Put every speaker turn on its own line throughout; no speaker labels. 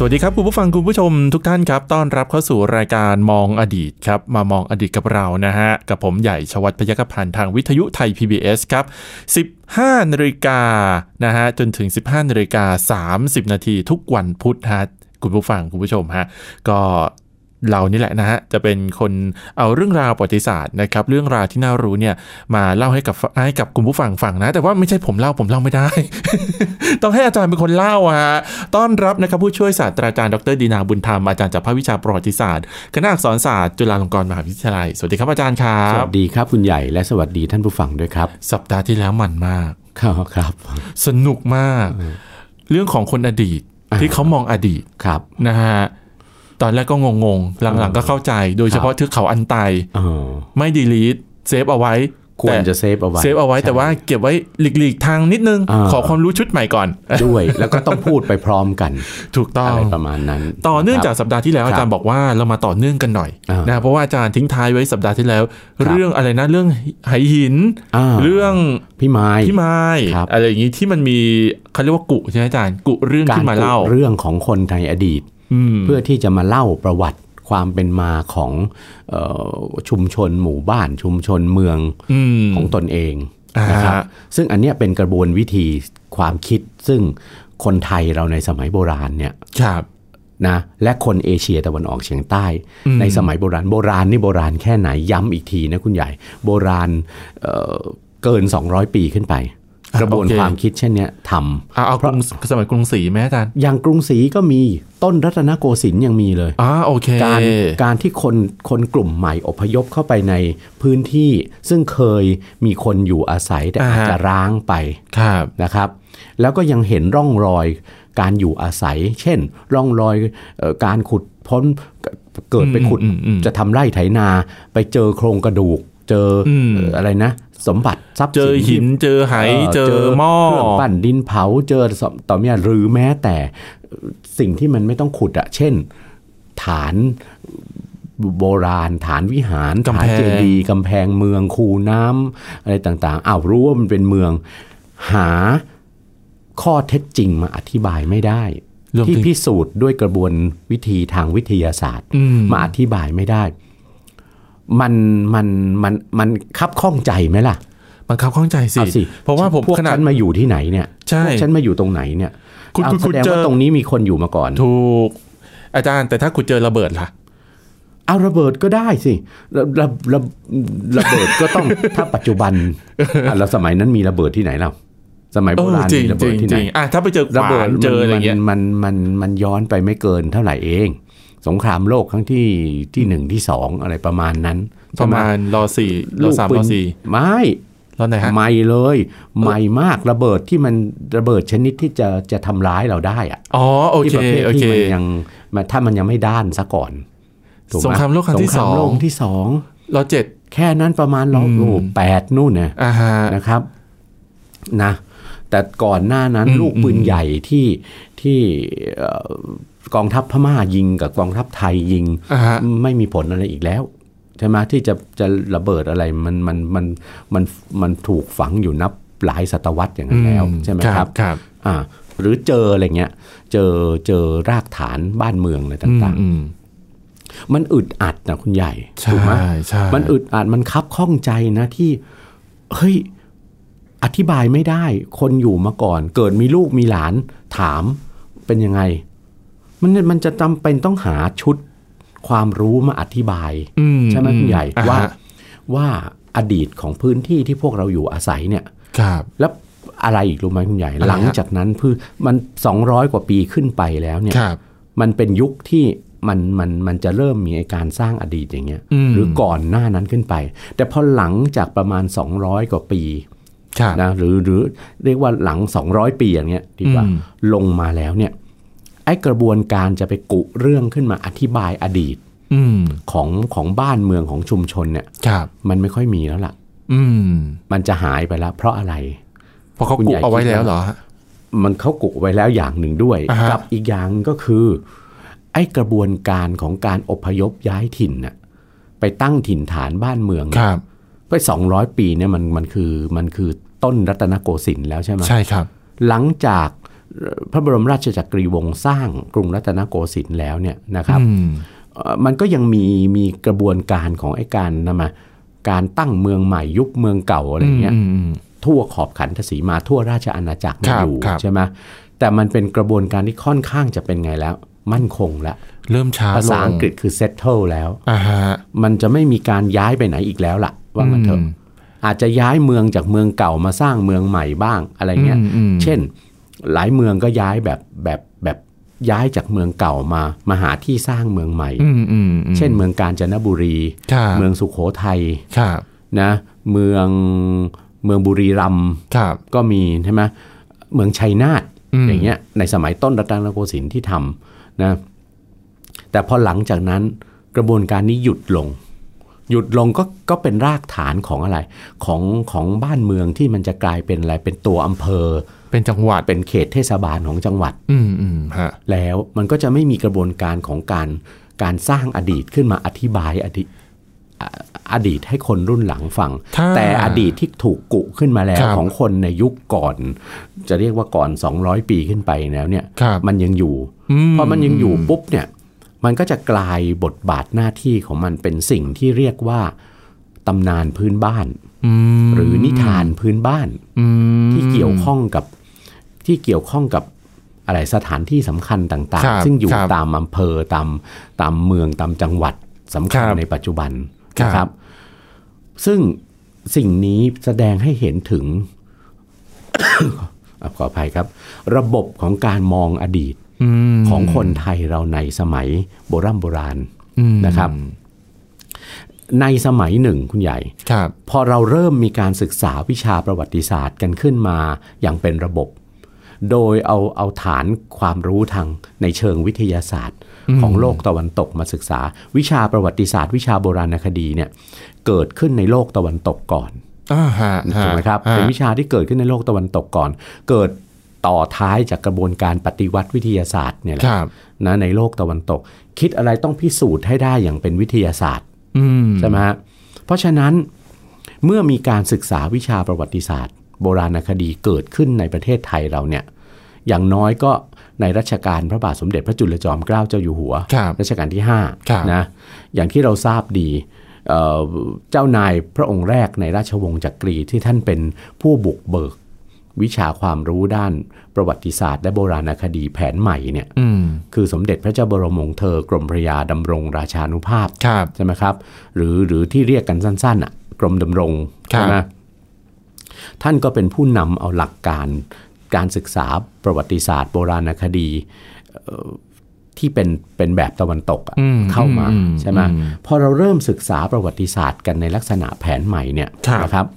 สวัสดีครับคุณผู้ฟังคุณผู้ชมทุกท่านครับต้อนรับเข้าสู่รายการมองอดีตครับมามองอดีตกับเรานะฮะกับผมใหญ่ชวัฒน์พยกพันธ์ทางวิทยุไทย PBS ครับ 15นาฬิกานะฮะจนถึง 15นาฬิกาสา30 นาทีทุกวันพุธฮะคุณผู้ฟังคุณผู้ชมฮะก็เรานี่แหละนะฮะจะเป็นคนเอาเรื่องราวประวัติศาสตร์นะครับเรื่องราวที่น่ารู้เนี่ยมาเล่าให้กับให้กับคุณผู้ฟังฟังนะ แต่ว่าไม่ใช่ผมเล่าผมเล่าไม่ได้ ต้องให้อาจารย์เป็นคนเล่าอะฮะ ต้อนรับนะครับผู้ช่วยศาสตราจารย์ดรดีนาบุญธรรม อาจารย์จากภาควิชาประวัติศาสตร์ คณะอักษรศาสตร์จุฬาลงกรณ์มหาวิทยาลัย สวัสดีครับอาจารย์ครั
ส
บ
วัสดีครับคุณใหญ่และสวัสดีท่านผู้ฟังด้วยครับ
สัปดาห์ที่แล้วมันมาก
ครับครับ
สนุกมาก เรื่องของคนอดีต
อ่า
ที่เขามองอดีต
ครับ
นะฮะ ตอนแรกก็งงๆ หลังๆก็เข้าใจ โดยเฉพาะเทือกเขาอันไต
เออ
ไม่ดีลีทเซฟเอาไว้
ควร
แต่
จะเซฟเอาไว้
เซฟเอาไว้
ใช่
แต่ว่าเก็บไว้หลีกๆทางนิดนึง
อ่า
ขอความรู้ชุดใหม่ก่อน
ด้วย แล้วก็ต้องพูดไปพร้อม กัน
ถูกต้อง
อะไรประมาณนั้น
ต่อเนื่องจาก
ครับ
สัปดาห์ที่แล้ว
ครับ
อาจารย์บอกว่าเรามาต่อเนื่องกันหน่อย
อ่าน
นะเพราะว่าอาจารย์ทิ้งท้ายไว้สัปดาห์ที่แล้ว
ครับ
เรื่องอะไรนะเรื่องไหหิน
อ่า
เรื่อง
พี่ไม้
พี่ไม้
ครับ
อะไรอย่างนี้ที่มันมีเขาเรียกว่ากุใช่ไหมอาจารย์กุเรื่อง
การ
ขึ้นมาเล่า
เรื่องของคนในอดีต
อืม
เพื่อที่จะมาเล่าประวัติความเป็นมาของเออชุมชนหมู่บ้านชุมชนเมือง
อืม
ของตนเอง
อ่าฮะ
นะครับซึ่งอันเนี้ยเป็นกระบวนวิธีความคิด ซึ่งคนไทยเราในสมัยโบราณเนี่ย
ครับ
นะและคนเอเชียตะวันออกเฉียงใต้
อืม
ในสมัยโบราณโบราณนี่โบราณแค่ไหนย้ำอีกทีนะคุณใหญ่โบราณเอ่อเกิน 200 ปีขึ้นไป กระบวนความคิดเช่นเนี้ยท
เอาเอากรุงสมัยกรุงศรีไหมอาจารย์
ำอย่างกรุงศรีก็มีต้นรัตนโกสินทร์ยังมีเลย
อ๋อโอเค
การการที่คนคนกลุ่มใหม่อพยพเข้าไปในพื้นที่ ซึ่งเคยมีคนอยู่อาศัยแต่อาจจะร้างไป
ครับ
นะครับแล้วก็ยังเห็นร่องรอยการอยู่อาศัย เช่น ร่องรอยเอ่อการขุดพ้นเกิดไปขุด
อืมอืมอืม
จะทำไร่ไถนา ไปเจอโครงกระดูก เจออ
ม
เอ่ออะไรนะ สมบัติทรัพย์
เจอ
สิน
หินเจอไหเจอหม้อ
เครื่องปั้นดินเผาเจอสมต่อเมียหรือแม้แต่สิ่งที่มันไม่ต้องขุดอะเช่น ฐานโบราณ ฐานวิหาร
กำ
ฐา
แพ
น
ง
เจดีย์กำแพงเมืองคูน้ำอะไรต่างๆอ้าวรู้ว่ามันเป็นเมือง หาข้อเท็จจริงมาอธิบายไม่ได้
รวม
ที่
ถึง
พิสูจน์ด้วยกระบวนวิธีทางวิทยาศาสตร์
อืม
มาอธิบายไม่ได้ มันมันมันมันคับข้องใจไหมล่ะ
บังคับข้องใจสิ
เอาสิ
เพราะว่าผม
พวก
ขนาด
ฉันมาอยู่ที่ไหนเนี่ย
ใช่
พวกฉันมาอยู่ตรงไหนเนี่ย
คุณ
เอา
คุณ
แสดง
คุณเจอ
ว่าตรงนี้มีคนอยู่มาก่อน
ถูกอาจารย์แต่ถ้าคุณเจอระเบิดล่ะ
เอาระเบิดก็ได้สิระระระระเบิดก็ต้อง ถ้าปัจจุ บันอ่ะแล้วสมัยนั้นมีระเบิดที่ไหนเราสมัยโบราณ
เออจริง
มี
จ
ระเบิ
ริ
ด
ง
ที่
จ
ไหน
ริงอ่ะถ้าไปเจอข
ระ
วา
เบิด
นเจออะไรเงี้ย
มันมันมันมันย้อนไปไม่เกินเท่าไหร่เอง สงครามโลกครั้งที่ที่หนึ่งที่สองอะไรประมาณนั้น
ประมาณรอสี่รอสามรอสี่
ไม่
รอไหนฮะ
ไม่เลย ไม่มากระเบิดที่มันระเบิดชนิดที่จะจะทำร้ายเราได้อะ
อ๋อ โอเค
ที่ประเภท
โอเค
ที่มันยังมันถ้ามันยังไม่ด้านซะก่อนถูกไห
สงครามโลกครั้งที่สอง
สงครามโลกที่สอง
รอเจ็ด
แค่นั้นประมาณร้อย
อืม
โอ้โหแปดนู่นเนี่ย
อ่าฮะ
นะครับนะแต่ก่อนหน้านั้น
อืม
ลูกปืน
อืม
ใหญ่ที่ที่เอ่อกองทัพพม่ายิงกับกองทัพไทยยิง
อ่าฮะ
ไม่มีผลอะไรอีกแล้วใช่ไหมที่จะจะระเบิดอะไรมันมันมันมันมันถูกฝังอยู่นับหลายศตวรรษอย่างนั้นแล้ว
อื
ใช่ไหมครับ
ครับ
อ่าหรือเจออะไรเงี้ยเจอเจอรากฐานบ้านเมืองอะไร
อืม
ต่าง
อืม
ๆ มันอึดอัดนะคุณใหญ่
ใช่
ถูกไหม
ใช่
มันอึดอัดมันคับข้องใจนะที่เฮ้ยอธิบายไม่ได้ คนอยู่มาก่อน เกิดมีลูกมีหลานถามเป็นยังไง มันมันจะจำเป็นต้องหาชุดความรู้มาอธิบาย
อื
ใช่ไหมคุณใหญ่
อ่ฮะ
ว่าว่าอดีตของพื้นที่ที่พวกเราอยู่อาศัยเนี่ย
ครับ
แล้วอะไรอีกรู้ไหมคุณใหญ่
อะไรฮะ
หลังจากนั้นพือมัน 200 กว่าปีขึ้นไปแล้วเนี่ย
ครับ
มันเป็นยุคที่มันมันมันจะเริ่มมีไอ้การสร้างอดีตอย่างเงี้ย
อืม
หรือก่อนหน้านั้นขึ้นไป แต่พอหลังจากประมาณ 200 กว่าปี
ครับ
นะหรือหรือเรียกว่าหลัง 200 ปีอย่างเงี้ยดีกว่า
อืม
ลงมาแล้วเนี่ยไอ้กระบวนการจะไปกุเรื่องขึ้นมาอธิบายอดีต
อืม
ของของบ้านเมืองของชุมชนเนี่ย
ครับ
มันไม่ค่อยมีแล้วล่ะ
อืม
มันจะหายไปแล้วเพราะอะไร
เพราะเขา
คุณ
กุ
ใหญ่
เอาไว้
คิด
แล้ว
ว่า
เหรอฮะ
มันเขากุไว้แล้วอย่างหนึ่งด้วย
อ่าฮะ
กัอีกอย่างก็คือ ไอ้กระบวนการของการอพยพย้ายถิ่นน่ะไปตั้งถิ่นฐานบ้านเมือง
ค
เนี่ย
รับ
ไปสองร้อยปีเนี่ยมันมันคือมันคือต้นรัตนโกสินทร์แล้วใช่ไหม
ใช่ครับ
หลังจากเอ่อพระบรมราชจักรีวงศ์สร้างกรุงรัตนโกสินทร์แล้วเนี่ยนะครับ
อืม
เอ่อมันก็ยังมีมีกระบวนการของไอ้การนำมาการตั้งเมืองใหม่ยุบเมืองเก่าอะไรเงี้ย
มม
ทั่วขอบขันทศีมาทั่วราชอาณาจักร
ค
มา
รับ
อยู่
ครับ
ใช่ไหมแต่มันเป็นกระบวนการที่ค่อนข้างจะเป็นไงแล้ว มั่นคงละ
เริ่มช้าลง
ภาษาอังกฤษคือ settle แล้ว
อ่าฮะ
มันจะไม่มีการย้ายไปไหนอีกแล้วล่ะ ว่ามันเถอะ
ม
อาจจะย้ายเมืองจากเมืองเก่ามาสร้างเมืองใหม่บ้างอะไรเงี้ย
อืมอืม
เช่น หลายเมืองก็ย้ายแบบแบบแบบย้ายจากเมืองเก่ามามาหาที่สร้างเมืองใหม่
อืมอืมอืม
เช่นเมืองกาญจนบุรี
ครับ
เมืองสุโขทัย
ครับ
นะ เมืองเมืองบุรีรัมย์
ครับ
ก็มีใช่ไหมเมืองชัยนาท
ม
อย่างเงี้ยในสมัยต้นรัตนโกสินทร์ที่ทำนะ แต่พอหลังจากนั้นกระบวนการนี้หยุดลง หยุดลงก็ก็เป็นรากฐานของอะไรของของบ้านเมืองที่มันจะกลายเป็นอะไรเป็นตัวอำเภอ
เป็นจังหวัด
เป็นเขตเทศบาลของจังหวัด
อืมอืมฮะ
แล้วมันก็จะไม่มีกระบวนการของการการสร้างอดีตขึ้นมาอธิบายอดีตอ่าอดีตให้คนรุ่นหลังฟัง
ถ้า
แต่อดีตที่ถูกกุขึ้นมาแล้
คว รับ
ของคนในยุคก่อน จะเรียกว่าก่อน 200 ปีขึ้นไปแล้วเนี่ย
ครับ
มันยังอยู่พอมันยังอยู่ปุ๊บเนี่ยมันก็จะกลายบทบาทหน้าที่ของมันเป็นสิ่งที่เรียกว่าตำนานพื้นบ้าน
อืม
หรือนิทานพื้นบ้าน
อืม
ที่เกี่ยวข้องกับที่เกี่ยวข้องกับอะไรสถานที่สำคัญต่าง
ครับ
ๆ ซึ่งอยู่
ครับ
ตามอำเภอตามตามเมืองตามจังหวัดสำคัญ
ครับ
ในปัจจุบัน
ครับ
นะครับ ซึ่งสิ่งนี้แสดงให้เห็นถึง อ่ะขออภัยครับ ระบบของการมองอดีต
อืม
ของคนไทยเราในสมัยโบรำโบราณ
อืม
นะครับ ในสมัยหนึ่งคุณใหญ่
ครับ
พอเราเริ่มมีการศึกษาวิชาประวัติศาสตร์กันขึ้นมาอย่างเป็นระบบ โดยเอาเอาฐานความรู้ทางในเชิงวิทยาศาสตร์ ของโลกตะวันตกมาศึกษา วิชาประวัติศาสตร์ วิชาโบราณคดีเนี่ยเกิดขึ้นในโลกตะวันตกก่อน
อ่าฮะฮะ
ถูกไหมครับ
ฮะ
เป็นวิชาที่เกิดขึ้นในโลกตะวันตกก่อน เกิดต่อท้ายจากกระบวนการปฏิวัติวิทยาศาสตร์เนี่ยแหละ
ครับ
นะในโลกตะวันตก คิดอะไรต้องพิสูจน์ให้ได้อย่างเป็นวิทยาศาสตร์
อืม
ใช่ไหมฮะเพราะฉะนั้นเมื่อมีการศึกษาวิชาประวัติศาสตร์ โบราณคดีเกิดขึ้นในประเทศไทยเราเนี่ยอย่างน้อยก็ในรัชกาลพระบาทสมเด็จพระจุลจอมเกล้าเจ้าอยู่หัว
ครับ
รัชกาลที่
ครับ
5นะอย่างที่เราทราบดีเอ่อเจ้านายพระองค์แรกในราชวงศ์จักรีที่ท่านเป็นผู้บุกเบิก วิชาความรู้ด้านประวัติศาสตร์ และโบราณคดีแผนใหม่เนี่ย
อืม
คือสมเด็จพระเจ้าบรมวงศ์เธอกรมพระยาดำรงราชานุภาพ
ครับ
ใช่ไหมครับ หรือหรือที่เรียกกันสั้นๆอ่ะกรมดำรง
ครับ
ใช่ไหมท่านก็เป็นผู้นำเอาหลักการการศึกษาประวัติศาสตร์ โบราณคดีเอ่อที่เป็นเป็นแบบตะวันตกอะ
อื
เข้ามา
อื
ใช่ไหม
อื
พอเราเริ่มศึกษาประวัติศาสตร์กันในลักษณะแผนใหม่เนี่ย
ครับ
นะครับ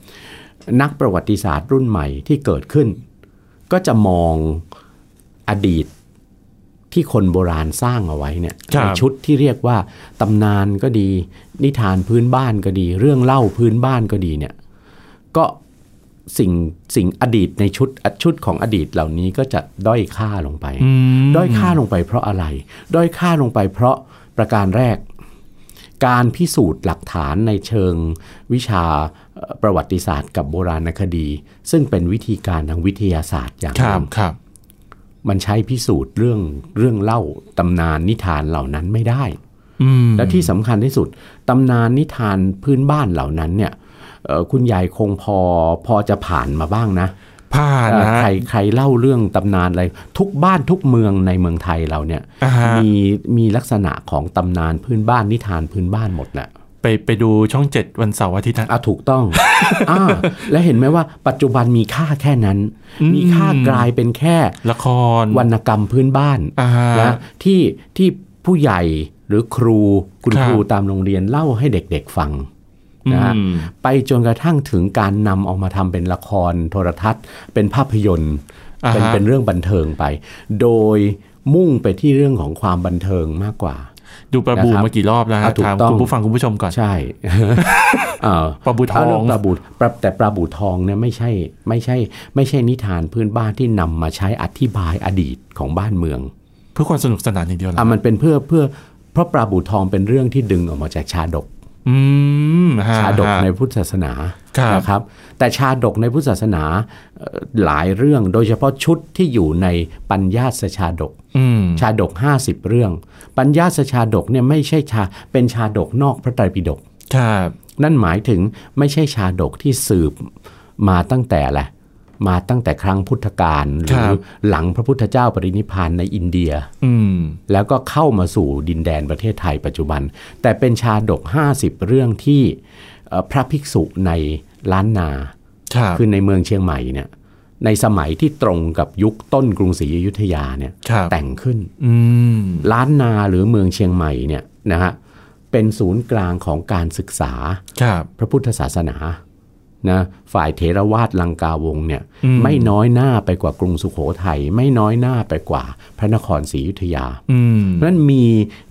นักประวัติศาสตร์รุ่นใหม่ที่เกิดขึ้น ก็จะมองอดีตที่คนโบราณสร้างเอาไว้เนี่ย
ครับ
ในชุดที่เรียกว่าตำนานก็ดี นิทานพื้นบ้านก็ดี เรื่องเล่าพื้นบ้านก็ดีเนี่ยก็สิ่งสิ่งอดีตในชุดชุดของอดีตเหล่านี้ก็จะด้อยค่าลงไป
อืม
ด้อยค่าลงไปเพราะอะไร ด้อยค่าลงไปเพราะประการแรก การพิสูจน์หลักฐานในเชิงวิชาเอ่อประวัติศาสตร์กับโบราณคดี ซึ่งเป็นวิธีการทางวิทยาศาสตร์อย่าง
ครับ
หนึ่ง
ครับ
มันใช้พิสูจน์เรื่องเรื่องเล่าตำนานนิทานเหล่านั้นไม่ได้
อืม
และที่สำคัญที่สุดตำนานนิทานพื้นบ้านเหล่านั้นเนี่ยเอ่อคุณยายคงพอพอจะผ่านมาบ้างนะ
ผ่านนะ
ใครใครเล่าเรื่องตำนานอะไรทุกบ้านทุกเมืองในเมืองไทยเราเนี่ย
อ่าฮะ
มีมีลักษณะของตำนานพื้นบ้านนิทานพื้นบ้านหมดแหละ
ไปไปดูช่องเจ็ดวันเสาร์อาทิตย์นะ
อ่ะถูก ต้อง อ่าและเห็นไหมว่าปัจจุบันมีค่าแค่นั้น
อืม
มีค่ากลายเป็นแค่
ละคร
วรรณกรรมพื้นบ้าน
อ่าฮะ
นะที่ที่ผู้ใหญ่หรือครูคุณ
ครับ
ครูตามโรงเรียนเล่าให้เด็กๆฟังนะฮะ
อืม
ไปจนกระทั่งถึงการนำเออกมาทำเป็นละครโทรทัศน์ เป็นภาพยนตร์
อ่าฮะ
เป็นเป็นเรื่องบันเทิงไป โดยมุ่งไปที่เรื่องของความบันเทิงมากกว่า
ดูปลาบู
นะครับ
มากี่รอบแล้วฮะ
อ่ะถูก
ถาม
ต้อง
คุณผู้ฟังคุณผู้ชมก่อน
ใช่ เออ
ปลาบูท
เา
อ
เรื่
ง
ปลาบูปลาแต่ปลาบูทองเนี่ยไม่ใช่ไม่ใช่ ไม่ใช่นิทานพื้นบ้านที่นำมาใช้อธิบายอดีตของบ้านเมือง
เพื่อความสนุกสนานอย่างเดียวเหรอ
อ่ะมันเป็นเพื่อเพื่อเพราะปลาบูทองเป็นเรื่องที่ดึงออกมาจากชาดก
อืมฮะ
ชาดกในพุทธศาสนา
ครับ
นะครับ แต่ชาดกในพุทธศาสนาเอ่อหลายเรื่องโดยเฉพาะชุดที่อยู่ในปัญญาสชาดก
อืม
ชาดก 50 เรื่อง ปัญญาสชาดกเนี่ยไม่ใช่ชาเป็นชาดกนอกพระไตรปิฎก
ครับ
นั่นหมายถึงไม่ใช่ชาดกที่สืบมาตั้งแต่แหละมาตั้งแต่ครั้งพุทธกาลหรือหลังพระพุทธเจ้าปรินิพพานในอินเดีย
อืม
แล้วก็เข้ามาสู่ดินแดนประเทศไทยปัจจุบัน แต่เป็นชาดก 50 เรื่องที่เอ่อพระภิกษุในล้านนา
ครับ
คือในเมืองเชียงใหม่เนี่ยในสมัยที่ตรงกับยุคต้นกรุงศรีอยุธยาเนี่ย
ครับ
แต่งขึ้น
อืม
ล้านนาหรือเมืองเชียงใหม่เนี่ยนะฮะเป็นศูนย์กลางของการศึกษา
ครับ
พระพุทธศาสนานะฝ่ายเทรวาทลังกาวงศ์เนี่ยไม่น้อยหน้าไปกว่ากรุงสุโขทัยไม่น้อยหน้าไปกว่าพระนครศรีอยุธยา
อืม
เพราะฉะนั้นมี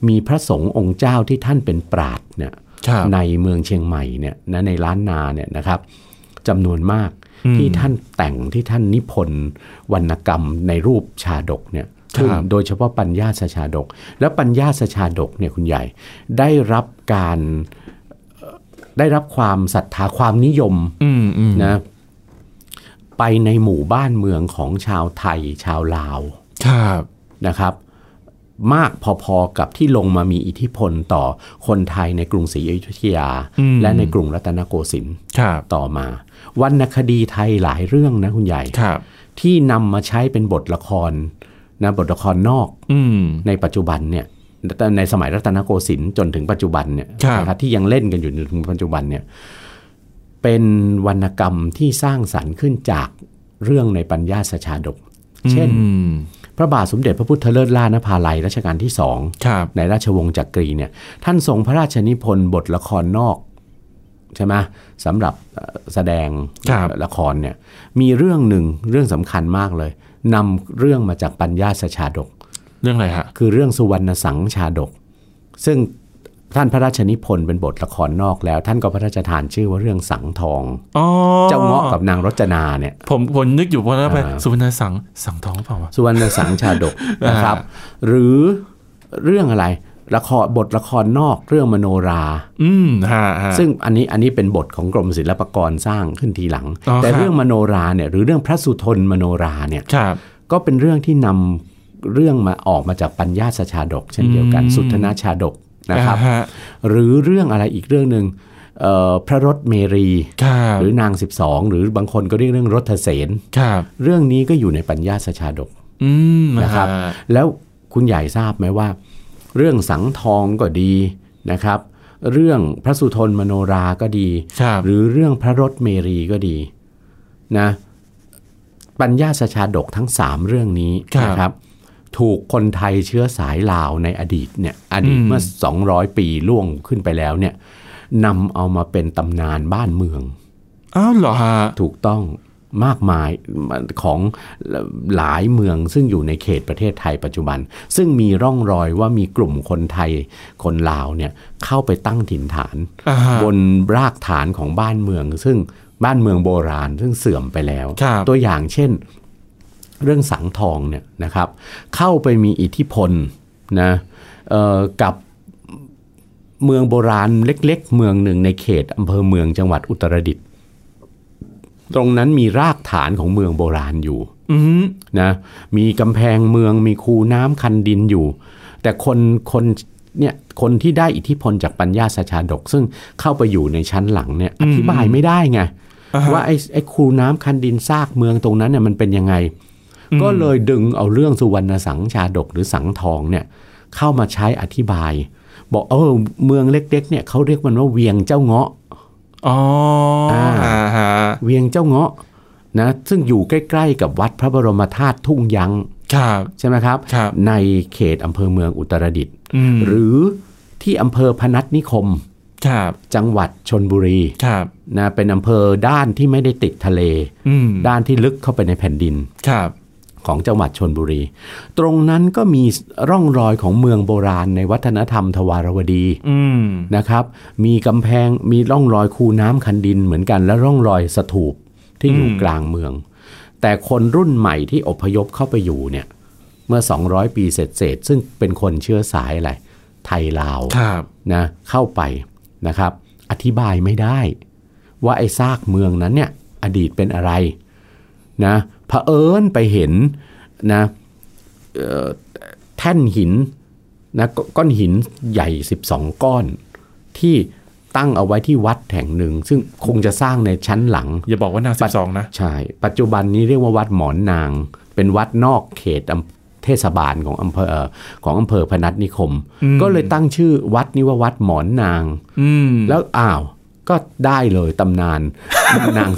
มีพระสงฆ์องค์เจ้าที่ท่านเป็นปราดเนี่ย
ครับ
ในเมืองเชียงใหม่เนี่ยนะในล้านนาเนี่ยนะครับจำนวนมากที่ท่านแต่งที่ท่านนิพนธ์วรรณกรรมในรูปชาดกเนี่ยขึ้นโดยเฉพาะปัญญาสชาดก แล้วปัญญาสชาดกเนี่ยคุณใหญ่ได้รับการ ได้รับความศรัทธาความนิยม
อืมอืม
นะไปในหมู่บ้านเมืองของชาวไทย ชาวลาว
ครับ
นะครับ มากพอๆกับที่ลงมามีอิทธิพลต่อคนไทยในกรุงศรีอยุธยา และในกรุงรัตนโกสินทร์
ครับ
ต่อมาวรรณคดีไทยหลายเรื่องนะคุณใหญ่
ครับ
ที่นำมาใช้เป็นบทละครนะบทละครนอก
อืม
ในปัจจุบันเนี่ยแต่ในสมัยรัตนโกสินทร์จนถึงปัจจุบันเนี่ย
ครับ
นะครับที่ยังเล่นกันอยู่จนถึงปัจจุบันเนี่ยเป็นวรรณกรรมที่สร้างสรรค์ขึ้นจากเรื่องในปัญญาสชาดก เช่น
อืม
พระบาทสมเด็จพระพุทธเลิศล่านภาลัยรัชกาลที่สอง
ครับ
ในราชวงศ์จักรีเนี่ยท่านทรงพระราชนิพนธ์บทละครนอกใช่ไหมสำหรับเอ่อแสดงละครเนี่ยมีเรื่องหนึ่งเรื่องสำคัญมากเลยนำเรื่องมาจากปัญญาสชาดก
เรื่องอะไรฮะ
คือเรื่องสุวรรณสังชาดก ซึ่งท่านพระราชนิพนธ์เป็นบทละครนอกแล้ว ท่านก็พระราชทานชื่อว่าเรื่องสังทอง
อ๋อ
เจ้าเงาะกับนางรจนาเนี่ย
ผมผมนึกอยู่ว่าแล้วไป
อ่า
สุวรรณสังสังทองเปล่าวะ
สุวรรณสังชา ดก นะครับ หรือเรื่องอะไรละครบทละครนอกเรื่องมโนรา
อืมฮะฮะ
ซึ่งอันนี้อันนี้เป็นบทของกรมศิลปากรสร้างขึ้นทีหลัง
อ๋อ
แต่
ครับ
เรื่องมโนราเนี่ยหรือเรื่องพระสุทนมโนราเนี่ย
ครับ
ก็เป็นเรื่องที่นำเรื่องมาออกมาจากปัญญาสชาดก เช่นเดียวกันสุทธนาชาดกนะครับ
อ่าฮะ
หรือเรื่องอะไรอีกเรื่องหนึ่งเอ่อพระรถเมรี
ครับ
หรือนาง 12 หรือบางคนก็เรียกเรื่องรถเสน
ครับ
เรื่องนี้ก็อยู่ในปัญญาสชาดก
อืม
นะครับ
ฮ
แล้วคุณใหญ่ทราบไหมว่า เรื่องสังทองก็ดีนะครับ เรื่องพระสุทนมโนราก็ดี
ครับ
หรือเรื่องพระรถเมรีก็ดีนะปัญญาสชาดกทั้ง 3 เรื่องนี้นะครับ ถูกคนไทยเชื้อสายลาวในอดีตเนี่ยอดีตเมื่อ 200 ปีล่วงขึ้นไปแล้วเนี่ยนำเอามาเป็นตำนานบ้านเมือง
อ้าวเหรอฮะ
ถูกต้องมากมายของหลายเมืองซึ่งอยู่ในเขตประเทศไทยปัจจุบัน ซึ่งมีร่องรอยว่ามีกลุ่มคนไทยคนลาวเนี่ยเข้าไปตั้งถิ่นฐาน
อ่าฮะ
บนรากฐานของบ้านเมือง ซึ่งบ้านเมืองโบราณซึ่งเสื่อมไปแล้ว
ครับ
ตัวอย่างเช่น เรื่องสังทองเนี่ยนะครับ เข้าไปมีอิทธิพลนะเอ่อกับเมืองโบราณเล็กๆ เมืองหนึ่งในเขตอำเภอเมืองจังหวัดอุตรดิตถ์ตรงนั้นมีรากฐานของเมืองโบราณอยู่
อืม
นะมีกำแพงเมืองมีคูน้ำคันดินอยู่ แต่คนคนเนี่ยคนที่ได้อิทธิพลจากปัญญาสชาดก ซึ่งเข้าไปอยู่ในชั้นหลังเนี่ยอธิบายไม่ได้ไง ว่าไอ้ไอ้คูน้ำคันดินซากเมืองตรงนั้นเนี่ยมันเป็นยังไง ก็เลยดึงเอาเรื่องสุวรรณสังชาดกหรือสังทองเนี่ยเข้ามาใช้อธิบาย บอกเออเมืองเล็กๆเนี่ยเขาเรียกมันว่าเวียงเจ้าเงาะ
อ๋อ
อ่า
อ่าฮะ
เวียงเจ้าเงาะนะซึ่งอยู่ใกล้ๆกับวัดพระบรมธาตุทุ่งยัง
ครับ
ใช่ไหมครับ
ครับ
ในเขตอำเภอเมืองอุตรดิตถ์
อืม
หรือที่อำเภอพนัสนิคม
ครับ
จังหวัดชนบุรี
ครับ
นะเป็นอำเภอด้านที่ไม่ได้ติดทะเล
อืม
ด้านที่ลึกเข้าไปในแผ่นดิน
ครับ
ของจังหวัดชนบุรี ตรงนั้นก็มีร่องรอยของเมืองโบราณในวัฒนธรรมทวารวดี
อืม
นะครับ มีกำแพง มีร่องรอยคูน้ำคันดินเหมือนกัน และร่องรอยสถูปที่อยู่
อืม
กลางเมือง แต่คนรุ่นใหม่ที่อพยพเข้าไปอยู่เนี่ย เมื่อ 200 ปีเศษๆซึ่งเป็นคนเชื้อสายอะไร ไทยลาว
ครับ
นะเข้าไปนะครับ อธิบายไม่ได้ ว่าไอ้ซากเมืองนั้นเนี่ย อดีตเป็นอะไรนะเผอิญไปเห็นนะเอ่อแท่นหินนะกก้อนหินใหญ่ 12 ก้อน ที่ตั้งเอาไว้ที่วัดแห่งหนึ่ง ซึ่งคงจะสร้างในชั้นหลัง
อย่าบอกว่านางสิบสองนะ
ใช่ ปัจจุบันนี้เรียกว่าวัดหมอนนาง เป็นวัดนอกเขตอำเทศบาลของอำเภอเอ่อของอำเภอพนัสนิคม
อืม
ก็เลยตั้งชื่อวัดนี้ว่าวัดหมอนนาง
อืม
แล้วอ้าว ก็ได้เลยตำนาน นาง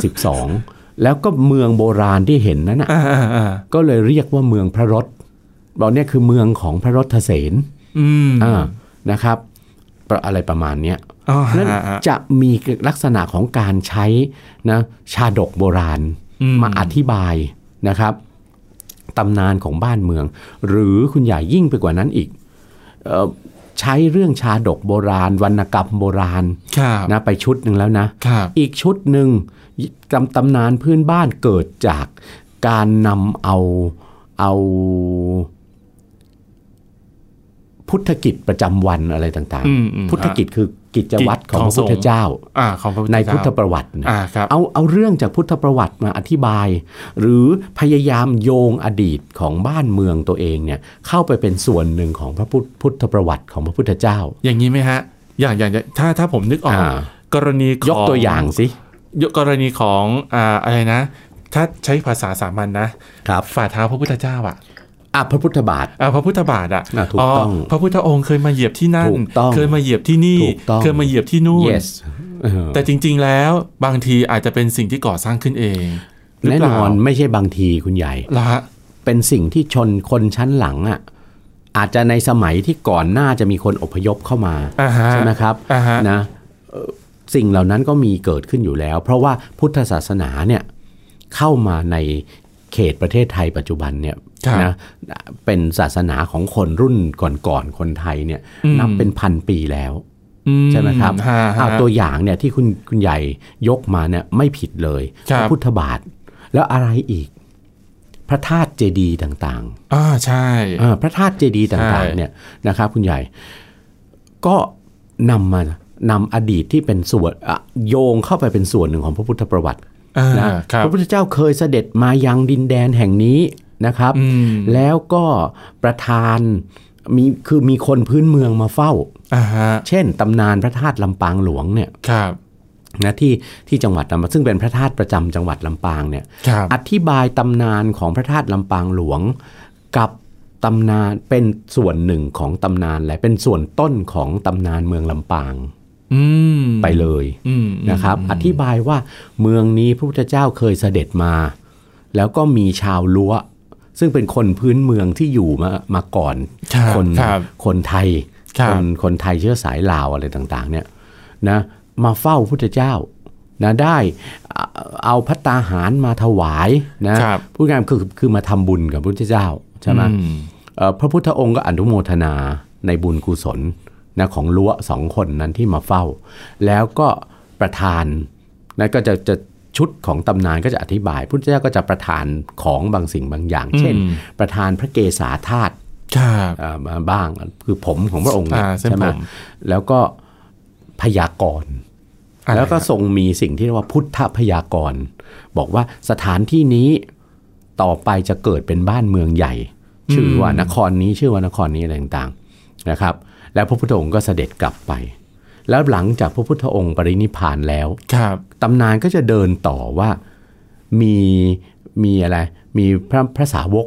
12 แล้วก็เมืองโบราณที่เห็นนั้นน่ะ
อ่าอ่าอ่า
ก็เลยเรียกว่าเมืองพระรถเราเนี่ยคือเมืองของพระรถเสน
อืม
อ่านะครับประอะไรประมาณเนี้ย
อ๋อฮะ
นั่น
ฮะ
จะมีลักษณะของการใช้นะชาดกโบราณ
อืม
มาอธิบายนะครับตำนานของบ้านเมือง หรือคุณใหญ่ยิ่งไปกว่านั้นอีกเอ่อใช้เรื่องชาดกโบราณ วรรณกรรมโบราณ
ครับ
นะไปชุดหนึ่งแล้วนะ
ครับ
อีกชุดหนึ่งตำตำนานพื้นบ้านเกิดจากการนำเอาเอาพุทธกิจประจำวันอะไรต่าง
อืมอืม
ๆ พุทธกิจคือกิจวัตรขอ
ขอ
งพ
ง
ระพุท
ส
ธ
งฆ์
เจ้า
อ่าของพระ
ในพุทธ
เจ้า
ประวัตินะ
อ่าครับ
เอาเอาเรื่องจากพุทธประวัติมาอธิบาย หรือพยายามโยงอดีตของบ้านเมืองตัวเองเนี่ยเข้าไปเป็นส่วนหนึ่งของพระพุทธพุทธประวัติของพระพุทธเจ้า
อย่างนี้ไหมฮะ อย่างอย่างอย่างถ้าถ้าผมนึกออก
อ่า
กรณีข
ยกตัวอย่างสิ
ยกกรณีของอ่าอะไรนะ ถ้าใช้ภาษาสามัญนะครับ ฝ่าเท้าพระพุทธเจ้าอ่ะ
อ่ะพระพุทธบาท
อ่าพระพุทธบาทอ่ะ
อ่าถูกต้อง
พระพุทธองค์เคยมาเหยียบที่นั่น
ถูกต้อง
เคยมาเหยียบที่นี่
ถูกต้อง
เคยมาเหยียบที่นู่น
yes เออ
แต่จริง ๆ แล้วบางทีอาจจะเป็นสิ่งที่ก่อสร้างขึ้นเองหรื
แน่
เป
น
ล่า
อนไม่ใช่บางทีคุณใหญ่
เหรอฮะ
เป็นสิ่งที่ชนคนชั้นหลังอ่ะอาจจะในสมัยที่ก่อนหน้าจะมีคนอพยพเข้ามา
อ่าฮะ
ใช่ไหมครับ
อ่าฮะ
นะเอ่อสิ่งเหล่านั้นก็มีเกิดขึ้นอยู่แล้ว เพราะว่าพุทธศาสนาเนี่ยเข้ามาในเขตประเทศไทยปัจจุบันเนี่ย
ครับ
นะเป็นศาสนาของคนรุ่นก่อนๆคนไทยเนี่ย
อืม
นับเป็นพันปีแล้ว
อื
ใช่ไหมครับ
ฮะ
อ่า
ฮะ
ตัวอย่างเนี่ยที่คุณคุณใหญ่ยกมาเนี่ยไม่ผิดเลย
ครั
พ
บ
ระพุทธบาท แล้วอะไรอีก พระธาตุเจดีย์ต่าง
อ่าใช่
ๆอ่าพระธาตุเจดีย์ต่าง
ใช่
ๆเนี่ยนะครับคุณใหญ่ก็นำมานำอดีตที่เป็นส่วนอ่ะโยงเข้าไปเป็นส่วนหนึ่งของพระพุทธประวัติ
อ่า
นะครับพระพุทธเจ้าเคยเสด็จมายังดินแดนแห่งนี้นะครับ
อืม
แล้วก็ประธานมีคือมีคนพื้นเมืองมาเฝ้า
อ่าฮะ
เช่น ตำนานพระธาตุลำปางหลวงเนี่ย
ครับ
นะที่ที่จังหวัดลำปางซึ่งเป็นพระธาตุประจำจังหวัดลำปางเนี่ย
ครับ
อธิบายตำนานของพระธาตุลำปางหลวง กับตำนานเป็นส่วนหนึ่งของตำนานและเป็นส่วนต้นของตำนานเมืองลำปาง
อืม
ไปเลย
อืมอืม
นะครับ อธิบายว่าเมืองนี้พระพุทธเจ้าเคยเสด็จมา แล้วก็มีชาวลัวซึ่งเป็นคนพื้นเมืองที่อยู่มามาก่อน
ครับ
คน
ครับ
คนไทย
ครับ
นคนไทยเชื้อสายลาวอะไรต่างๆเนี่ยนะมาเฝ้าพุทธเจ้านะได้เอาเอาพัตตาหารมาถวายนะครับ พูดง่ายๆคือคือมาทำบุญกับพุทธเจ้าใช่ไหม
อืม
เอ่อพระพุทธองค์ก็อนุโมทนาในบุญกุศลนะของล้วสองคนนั้นที่มาเฝ้า แล้วก็ประทานนะก็จะจะชุดของตำนานก็จะอธิบาย พุทธเจ้าก็จะประทานของบางสิ่งบางอย่าง เช่น
อืม
ประทานพระเกศาธาตุ
ครับ
อ่ามาบ้างคือผมของพระองค์เนี่ย
อ่าเส้น
ใช่ไหม
ผม
แล้วก็พยากรณ์
อะไร
แล้วก็ทรงมีสิ่งที่เรียกว่าพุทธพยากรณ์ บอกว่าสถานที่นี้ต่อไปจะเกิดเป็นบ้านเมืองใหญ่ ชื่อว่านครนี้ชื่อว่านครนี้อะไรต่างๆนะครับ แล้วพระพุทธองค์ก็เสด็จกลับไป แล้วหลังจากพระพุทธองค์ปรินิพพานแล้ว
ครับ
ตำนานก็จะเดินต่อว่ามีมีอะไร มีพระพระสาวก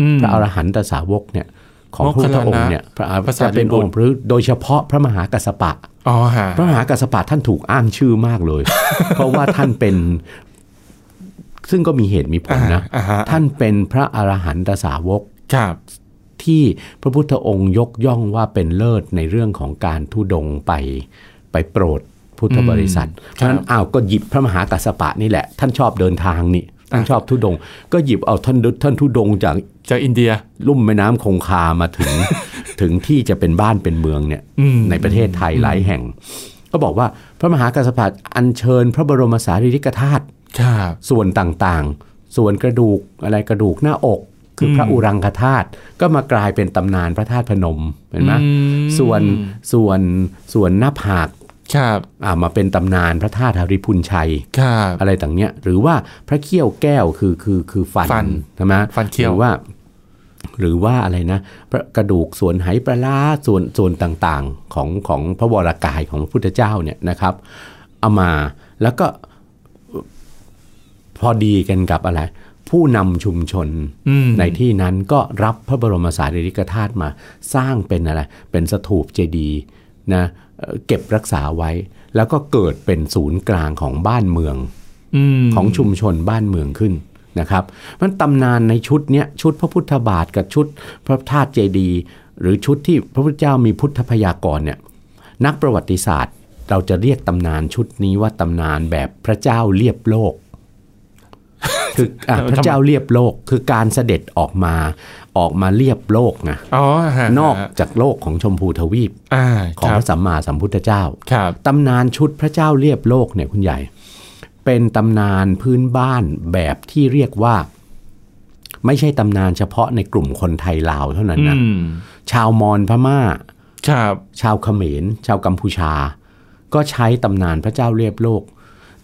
อืม
พระอรหันตสาวกเนี่ยของพระพุทธองค์เนี่ยพระ
พระสา
จะ
รี
เป็น
บุ
อ
ตร
งค์พระโดยเฉพาะพระมหากัสสปะ
อ๋อฮะ
พระมหากัสสปะท่านถูกอ้างชื่อมากเลย เพราะว่าท่านเป็น ซึ่งก็มีเหตุมีผ
อ่า
ล
ฮะ
นะ
อ่าฮะ
ท่านเป็นพระอรหันตสาวก
ครับ
ที่พระพุทธองค์ยกย่องว่าเป็นเลิศในเรื่องของการทุดงไปไปโปรดพุทธบริษัท เพราะฉะนั้นอ้าวก็หยิบพระมหากัสสปะนี่แหละ ท่านชอบเดินทางนี่ ท่านชอบทุดงค์ก็หยิบเอาท่านดุท่านทุดงค์จาก
จากอินเดีย
ลุ่มแม่น้ำคงคามาถึง ถึงที่จะเป็นบ้านเป็นเมืองเนี่ย
อืม
ในประเทศไทยหลายแห่ง ก็บอกว่าพระมหากัสสปะอัญเชิญพระบรมสารีริกธาตุ
ครับ
ส่วนต่างๆ ส่วนกระดูกอะไรกระดูกหน้าอก คืออ
ม
พระอุรังคธาตุก็มากลายเป็นตำนานพระธาตุพนมเห็นไหม
อืม
ส่วนส่วนส่วนหน้าผาก
ครับ
อ่ามาเป็นตำนานพระธาตุหริพุนชัย
ครับ
อะไรต่างเนี้ยหรือว่าพระเขี้ยวแก้วคือคือคือฟัน
ฟัน
ใช่ไหม
ฟันเขี้ยว
หรือว่า หรือว่าอะไรนะพระกระดูกส่วนไหปลาร้าส่วนส่วนต่างๆของของพระวรากายของพระพุทธเจ้าเนี่ยนะครับ เอามาแล้วก็พอดีกันกับอะไร ผู้นำชุมชน
อืม
ในที่นั้นก็รับพระบรมสารีริกธาตุมาสร้างเป็นอะไร เป็นสถูปเจดีย์นะเอ่อเก็บรักษาไว้ แล้วก็เกิดเป็นศูนย์กลางของบ้านเมือง
อืม
ของชุมชนบ้านเมืองขึ้นนะครับมันตำนานในชุดเนี้ยชุดพระพุทธบาทกับชุดพระธาตุเจดีย์หรือชุดที่พระพุทธเจ้ามีพุทธพยากรณ์เนี่ยนักประวัติศาสตร์ เราจะเรียกตำนานชุดนี้ว่าตำนานแบบพระเจ้าเรียบโลก คือ อ่ะ
ทำไม
พระเจ้าเรียบโลกคือการเสด็จออกมาออกมาเรียบโลกนะ
อ๋อฮะ
นอกจากโลกของชมพูทวีป
อ่า
ของ
ครับ
พระสัมมาสัมพุทธเจ้า
ครับ
ตำนานชุดพระเจ้าเรียบโลกเนี่ยคุณใหญ่ เป็นตำนานพื้นบ้านแบบที่เรียกว่า ไม่ใช่ตำนานเฉพาะในกลุ่มคนไทยลาวเท่านั้น
อื
นะ
ม
ชาวมอญพม่า
ครับ
ชาวเขมร ชาวกัมพูชา ก็ใช้ตำนานพระเจ้าเรียบโลก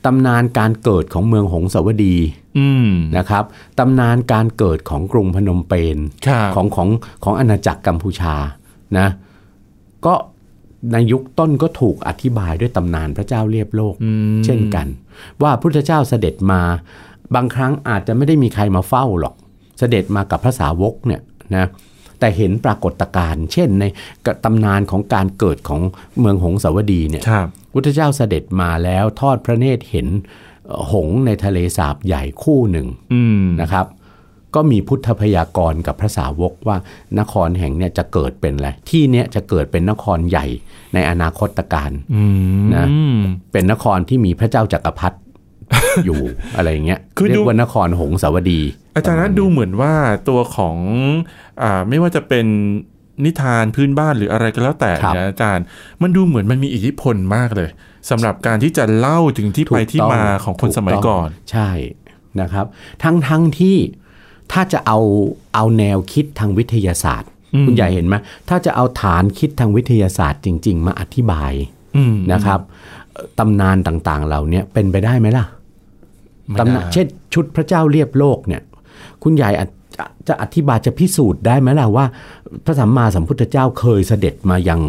ตำนานการเกิดของเมืองหงสาวดี
อืม
นะครับตำนานการเกิดของกรุงพนมเปญ
ครับ
ของของของอาณาจักรกัมพูชานะก็ในยุคต้นก็ถูกอธิบายด้วยตำนานพระเจ้าเรียบโลก เช่นกัน ว่าพุทธเจ้าเสด็จมาบางครั้งอาจจะไม่ได้มีใครมาเฝ้าหรอก เสด็จมากับพระสาวกเนี่ยนะแต่เห็นปรากฏการณ์ เช่นในตำนานของการเกิดของเมืองหงสาวดีเนี่ย
ครับ
พุทธเจ้าเสด็จมาแล้วทอดพระเนตรเห็นเอ่อหงส์ในทะเลสาบใหญ่คู่หนึ่ง
อืม
นะครับ ก็มีพุทธพยากรณ์กับพระสาวกว่านครแห่งเนี่ยจะเกิดเป็นอะไร ที่เนี้ยจะเกิดเป็นนครใหญ่ในอนาคตการ
อืม
นะ เป็นนครที่มีพระเจ้าจักรพรรดิ อยู่อะไรอย่างเงี้ย
คือดู
เรียกว่านครหงสาวดี
อาจารย์นะดูเหมือนว่าตัวของอ่าไม่ว่าจะเป็นนิทานพื้นบ้านหรืออะไรก็แล้วแต่
ครับ
เนี่ยอาจารย์ มันดูเหมือนมันมีอิทธิพลมากเลยสำหรับการที่จะเล่าถึงที่
ถูก
ไปที่
ต้อง
มาของคน
ถูก
สมัย
ต้อง
ก่อน
ใช่นะครับ ทั้งทั้งที่ถ้าจะเอาเอาแนวคิดทางวิทยาศาสตร์
อืม
คุณใหญ่เห็นไหมถ้าจะเอาฐานคิดทางวิทยาศาสตร์จริง ๆ มาอธิบาย
อืม
นะครับเอ่อตำนานต่างๆเหล่าเนี้ยเป็นไปได้ไหมล่ะ
ไม่
ตำ
ได้
นานเช่นชุดพระเจ้าเรียบโลกเนี่ยคุณใหญ่อาจจะจะอธิบายจะพิสูจน์ได้ไหมล่ะว่า พระสัมมาสัมพุทธเจ้าเคยเสด็จมายัง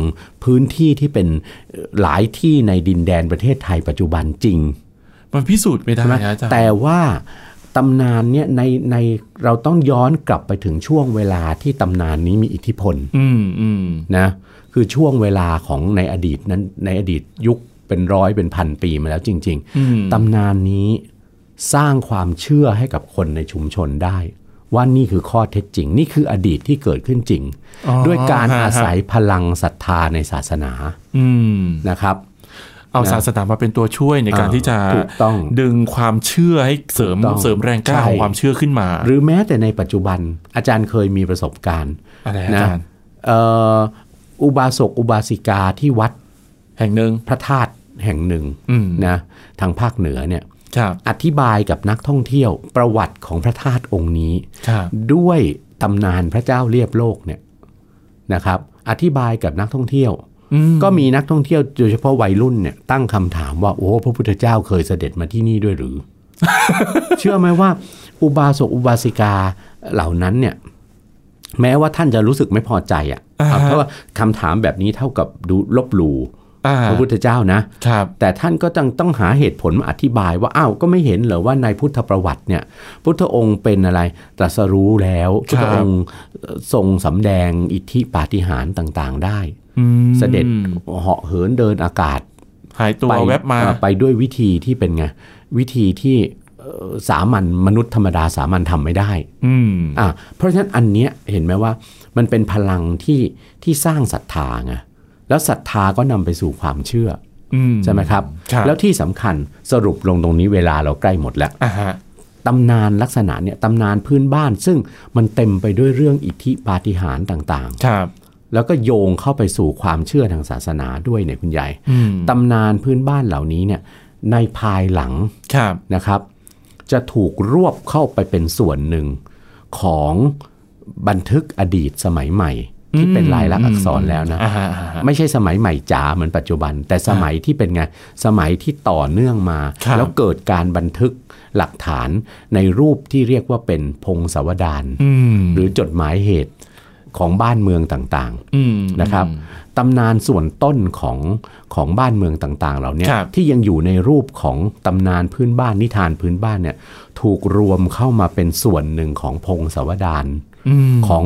พื้นที่ที่เป็นเอ่อหลายที่ในดินแดนประเทศไทยปัจจุบันจริง
มันพิสูจน์ไม่ได้
ใช่ไหม
นะอาจารย์
แต่ว่าตำนานเนี่ยในในเราต้องย้อนกลับไปถึงช่วงเวลาที่ตำนานนี้มีอิทธิพล
อืมอืม
นะคือช่วงเวลาของในอดีตนั้นในอดีตยุคเป็นร้อยเป็นพันปีมาแล้วจริง ๆ
อืม
ตำนานนี้สร้างความเชื่อให้กับคนในชุมชนได้ ว่านี่คือข้อเท็จจริง นี่คืออดีตที่เกิดขึ้นจริง
อ๋อ
ด้วยการ
ฮะ
อาศัยพลังศรัทธาในศาสนา
อืม
นะครับ
เอาศาสนามาเป็นตัวช่วยในการ
อ่า
ที่จะ
ถูกต้อง
ดึงความเชื่อให้เสริม
ถูกต้อง
เสริมแรงกล้า
ใช่
ของความเชื่อขึ้นมา
หรือแม้แต่ในปัจจุบันอาจารย์เคยมีประสบการณ์
อะไรอา
นะ
จารย์
เอ่ออุบาสกอุบาสิกาที่วัด
แห่งหนึ่ง
พระธาตุแห่งหนึ่ง
อืม
นะทางภาคเหนือเนี่ย
ครับ
อธิบายกับนักท่องเที่ยวประวัติของพระธาตุองค์นี้
ครับ
ด้วยตำนานพระเจ้าเรียบโลกเนี่ยนะครับ อธิบายกับนักท่องเที่ยว
อืม
ก็มีนักท่องเที่ยวโดยเฉพาะวัยรุ่นเนี่ยตั้งคำถามว่าโอ้พระพุทธเจ้าเคยเสด็จมาที่นี่ด้วย หรือ เชื่อไหมว่า อุบาสกอุบาสิกาเหล่านั้นเนี่ย แม้ว่าท่านจะรู้สึกไม่พอใจอะ
อ่า
่ะ
ฮะ
เพราะว่าคำถามแบบนี้เท่ากับดูลบหลู่
อ่า
พระพุทธเจ้านะ
ครับ
แต่ท่านก็ต้องต้องหาเหตุผลมาอธิบายว่าอ้าวก็ไม่เห็นเหรอว่าในพุทธประวัติเนี่ย พุทธองค์เป็นอะไรตรัสรู้แล้วพุทธองค์ทรงสำแดงอิทธิปาฏิหาริย์ต่างๆได้
อืม
เสด็จเหาะเหินเดินอากาศ
หายตัว
ไป
แวบมา
เอ่อไปด้วยวิธีที่เป็นไงวิธีที่เอ่อสามัญมนุษย์ธรรมดาสามัญทำไม่ได้
อืม
อ่ะเพราะฉะนั้นอันเนี้ยเห็นไหมว่ามันเป็นพลังที่ที่สร้างศรัทธาไงแล้วศรัทธาก็นำไปสู่ความเชื่อ
อืม
ใช่ไหมครับ
ครับ
แล้วที่สำคัญสรุปลงตรงนี้เวลาเราใกล้หมดแล้ว
อ่าฮะ
ตำนานลักษณะเนี่ยตำนานพื้นบ้าน ซึ่งมันเต็มไปด้วยเรื่องอิทธิปาฏิหาริย์ต่าง
ครับ
ๆ แล้วก็โยงเข้าไปสู่ความเชื่อทางศาสนาด้วยเนี่ยคุณใหญ่
อืม
ตำนานพื้นบ้านเหล่านี้เนี่ยในภายหลัง
ครับ
นะครับ จะถูกรวบเข้าไปเป็นส่วนหนึ่งของบันทึกอดีตสมัยใหม่ ที่เป็นลายลักษณ์อักษรแล้วนะ
อ่าฮะอ่าฮะ
ไม่ใช่สมัยใหม่จ๋าเหมือนปัจจุบัน แต่สมัยที่เป็นไง สมัยที่ต่อเนื่องมา
ครับ
แล้วเกิดการบันทึกหลักฐานในรูปที่เรียกว่าเป็นพงศาวดาร
อืม
หรือจดหมายเหตุของบ้านเมืองต่างๆ
อืม
นะครับตำนานส่วนต้นของของบ้านเมืองต่างๆ เหล่าเนี้ย
ครับ
ที่ยังอยู่ในรูปของตำนานพื้นบ้านนิทานพื้นบ้านเนี่ยถูกรวมเข้ามาเป็นส่วนหนึ่งของพงศาวดาร
อืม
ของ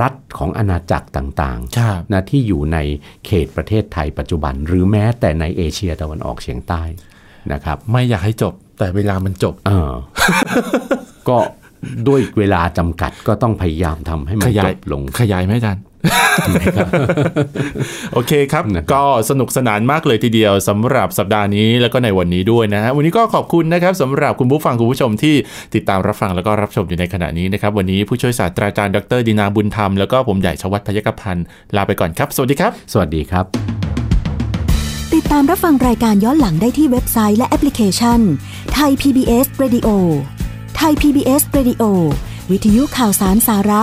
รัฐของอาณาจักรต่าง
ครับ
ๆนะที่อยู่ในเขตประเทศไทยปัจจุบัน หรือแม้แต่ในเอเชียตะวันออกเฉียงใต้นะครับ
ไม่อยากให้จบ แต่เวลามันจบ
เออ ก็ด้วยเวลาจำกัดก็ต้องพยายามทำให้มั
ข
น
ยา
จ
ย
บลง
ขยายไหมอาจารย์ โอเคครับ
นะครับ
ก็สนุกสนานมากเลยทีเดียวสำหรับสัปดาห์นี้แล้วก็ในวันนี้ด้วยนะฮะวันนี้ก็ขอบคุณนะครับสำหรับคุณผู้ฟังคุณผู้ชมที่ติดตามรับฟังแล้วก็รับชมอยู่ในขณะนี้นะครับ วันนี้ผู้ช่วยศาสตราจารย์ดรดินาบุญธรรมแล้วก็ผมใหญ่ชวัฒน์พยกพันธ์ลาไปก่อนครับ สวัสดีครับ
สวัสดีครับ
ติดตามรับฟังรายการย้อนหลังได้ที่เว็บไซต์และแอปพลิเคชันไทย PBS Radio ไทย PBS Radio วิทยุข่าวสารสาระ